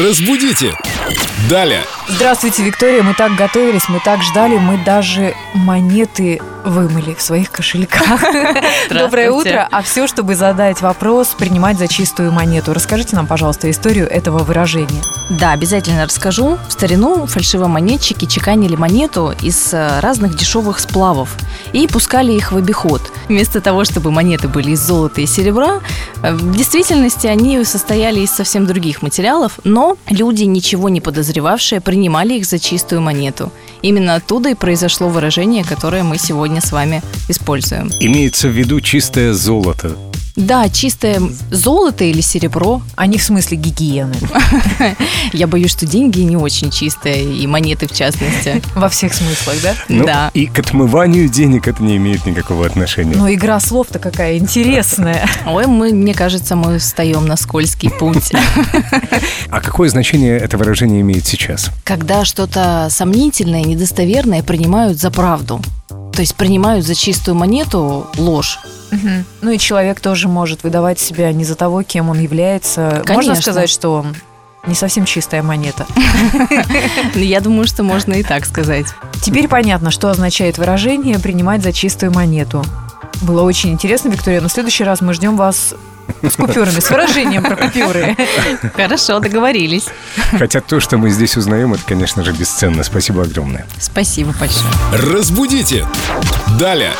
Разбудите! Далее! Здравствуйте, Виктория. Мы так готовились, мы так ждали, мы даже монеты вымыли в своих кошельках. Доброе утро. А все, чтобы задать вопрос, принимать за чистую монету. Расскажите нам, пожалуйста, историю этого выражения. Да, обязательно расскажу. В старину фальшивомонетчики чеканили монету из э, разных дешевых сплавов и пускали их в обиход. Вместо того, чтобы монеты были из золота и серебра, э, в действительности они состояли из совсем других материалов, но люди, ничего не подозревавшие, принимали их за чистую монету. Именно оттуда и произошло выражение, которое мы сегодня с вами используем. Имеется в виду чистое золото. Да, чистое золото или серебро. Они в смысле гигиены. Я боюсь, что деньги не очень чистые, и монеты в частности. Во всех смыслах, да? Ну, Да. И к отмыванию денег это не имеет никакого отношения. Ну, игра слов-то какая интересная. Ой, мы, мне кажется, мы встаем на скользкий путь. А какое значение это выражение имеет сейчас? Когда что-то сомнительное, недостоверное принимают за правду. То есть принимают за чистую монету ложь. Ну и человек тоже может выдавать себя не за того, кем он является. Можно Конечно. сказать, что он не совсем чистая монета. Но Ну, я думаю, что можно и так сказать. Теперь понятно, что означает выражение «принимать за чистую монету». Было очень интересно, Виктория, но в следующий раз мы ждем вас с купюрами, с выражением про купюры. Хорошо, договорились. Хотя то, что мы здесь узнаем, это, конечно же, бесценно. Спасибо огромное. Спасибо большое. Разбудите! Далее!